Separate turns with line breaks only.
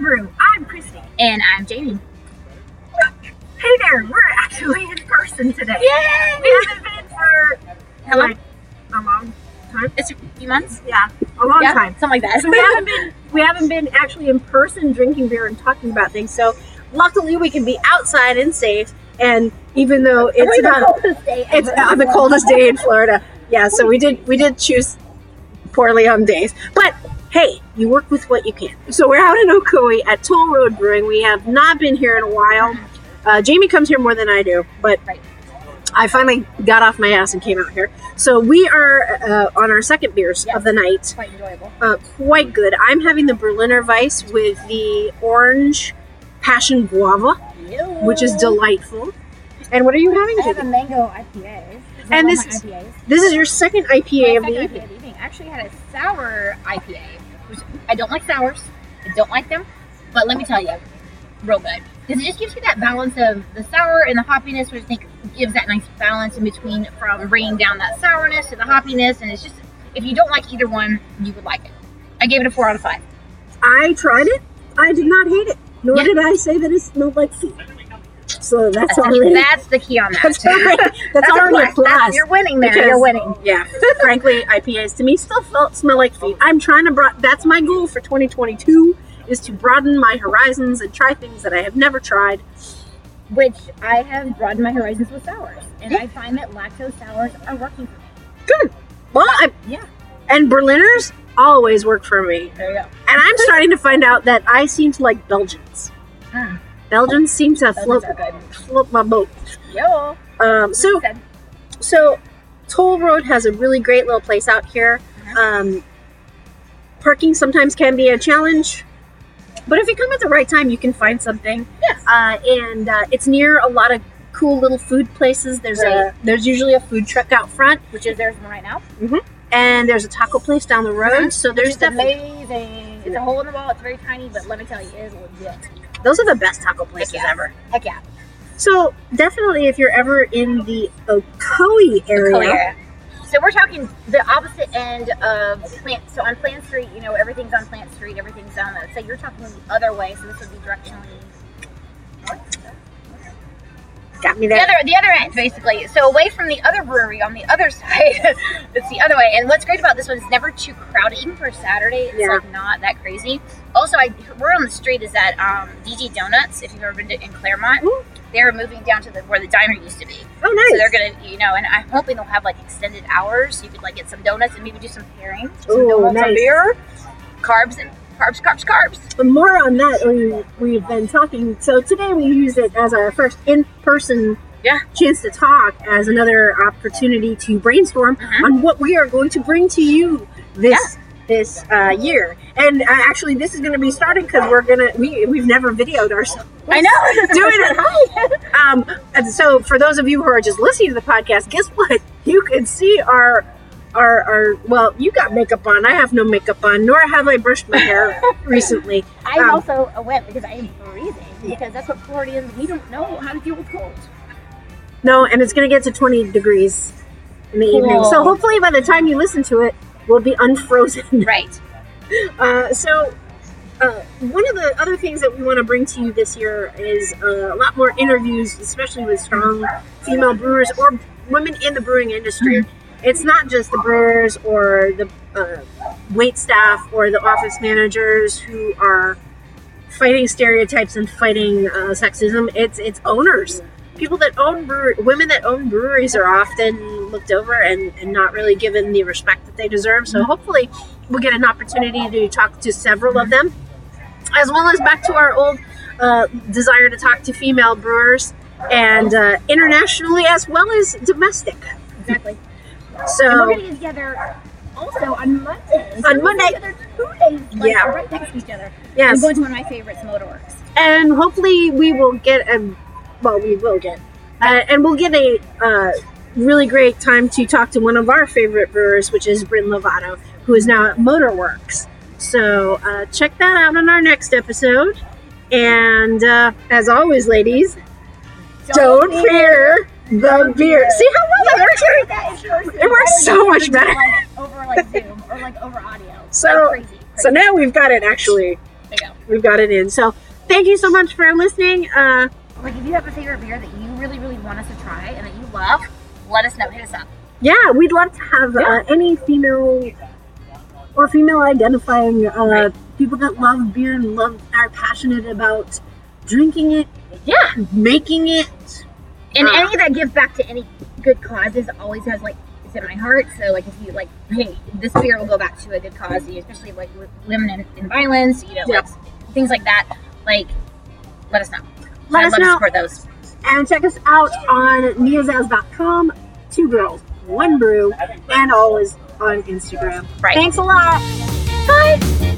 Brew. I'm Christy.
And I'm Jamie.
Hey there, we're actually in person today.
Yay!
We haven't been for
Hello?
like, a long time.
It's a few months?
Yeah, a long
yeah,
time.
something like that.
We haven't been we haven't been actually in person drinking beer and talking about things. So luckily we can be outside and safe. And even though it's
It's
not
the coldest day
it's
ever.
on the coldest day in Florida. Yeah, so we did we did choose poorly on days. But hey, you work with what you can. So we're out in Ocoee at Toll Road Brewing. We have not been here in a while. Uh, Jamie comes here more than I do, but
Right.
I finally got off my ass and came out here. So we are uh, on our second beers of the night.
Quite enjoyable.
Uh, quite good. I'm having the Berliner Weiss with the orange passion guava, which is delightful. And what are you having,
I have
Jamie?
a mango IPA.
I And love this my is- This is your second IPA of the evening.
second IPA of the evening. I actually had a sour IPA, which I don't like sours. I don't like them. But let me tell you, real good. Because it just gives you that balance of the sour and the hoppiness, which I think gives that nice balance in between from bringing down that sourness to the hoppiness. And it's just, if you don't like either one, you would like it. I gave it a 4 out of 5.
I tried it. I did not hate it. Nor
Yeah.
did I say that it smelled like feet. So that's
That's,
already
that's the key on that.
that's already, that's
That's a
already a
plus. That's-
plus.
you're winning there.
Because-
you're winning.
Yeah. Frankly, IPAs to me still felt smell like feet. I'm trying to broad. That's my goal for 2022 is to broaden my horizons and try things that I have never tried.
Which I have broadened my horizons with sours. And I find that lactose sours are working for me.
Well, I,
Yeah.
And Berliners always work for me.
There you go.
And I'm starting to find out that I seem to like Belgians.
Ah.
Belgians seem to float,
Those are good.
float my boat.
Yo.
Um, so
Said,
So, Toll Road has a really great little place out here.
Mhm.
Um, parking sometimes can be a challenge, but if you come at the right time, you can find something.
Yes.
Uh, and uh, it's near a lot of cool little food places. There's a
Right.
there's usually a food truck out front,
Which is there's one right now.
and there's a taco place down the road.
Mhm.
So there's
It's
definitely
amazing. It's a hole in the wall. It's very tiny, but let me tell you, it is legit.
those are the best taco places
yeah.
ever.
Heck yeah.
So definitely, if you're ever in the Ocoee area,
Clear. So we're talking the opposite end of Plant. So on Plant Street, you know everything's on Plant Street. Everything's on the. So you're talking the other way. So this would be directionally.
got me
The
there.
other, the other end, basically. So away from the other brewery on the other side, it's the other way. And what's great about this one is it's never too crowded, even for Saturday. It's
Yeah.
like not that crazy. Also, I word on the street is that um, DG Donuts, if you've ever been to in Claremont,
Ooh.
they're moving down to the where the diner used to be.
Oh, nice.
So they're gonna, you know, and I'm hoping they'll have like extended hours. So you could like get some donuts and maybe do some pairings, some
Ooh,
donuts,
nice.
some beer, carbs and carbs, carbs, carbs.
But more on that when we've been talking. So today we used it as our first in-person
Yeah.
chance to talk as another opportunity to brainstorm
Mhm.
on what we are going to bring to you this this uh, year. And uh, actually, this is going to be starting because we're gonna we we've never videoed ourselves.
I know.
doing it. Um, and so for those of you who are just listening to the podcast, guess what? You can see our our our well, you got makeup on. I have no makeup on, nor have I brushed my hair recently.
I'm
Um,
also a wimp because I am freezing because that's what Floridians we don't know how to deal with cold.
No, and it's going to get to 20 degrees in the evening. So
Cool.
hopefully by the time you listen to it, we'll be unfrozen.
Right.
Uh, so uh, one of the other things that we want to bring to you this year is uh, a lot more interviews, especially with strong female brewers or women in the brewing industry. It's not just the brewers or the uh, wait staff or the office managers who are fighting stereotypes and fighting uh, sexism. It's it's owners. People that own brewer- women that own breweries are often looked over and, and not really given the respect that they deserve. So hopefully we'll get an opportunity to talk to several of them, as well as back to our old uh, desire to talk to female brewers and uh, internationally as well as domestic.
Exactly. And we're
So
gonna get together also on Monday. So
On
we're
Monday.
together two days, like,
Yeah.
right next to each other. I'm
yes,
going to one of my favorites, Motorworks.
and hopefully we will get a well, we will get, uh, and we'll get a uh, really great time to talk to one of our favorite brewers, which is Bryn Lovato, who is now at Motorworks. So uh, check that out in our next episode. And uh, as always, ladies, Don't fear the beer. See how well that works?
Sure, that is yours.
It works so much
Like, over like Zoom or like over audio.
So-
like, crazy,
So
crazy.
now we've got it actually
There you go.
We've got it in. So thank you so much for listening. Uh,
Like if you have a favorite beer that you really, really want us to try and that you love, let us know. Hit us up.
yeah, we'd love to have
Yeah.
uh, any female or female identifying uh,
Right.
people that love beer and love are passionate about drinking it,
Yeah.
making it.
And
Uh.
any that gives back to any good causes always has like it's in my heart. So like if you like, hey, this beer will go back to a good cause, you know, especially like with women in, in violence, you know,
Yeah.
like, things like that. Like, let us know.
Let
I'd
us
love to
know
support those.
and check us out on neozaz.com, two girls, one brew, and always on Instagram.
Right.
Thanks a lot.
Bye.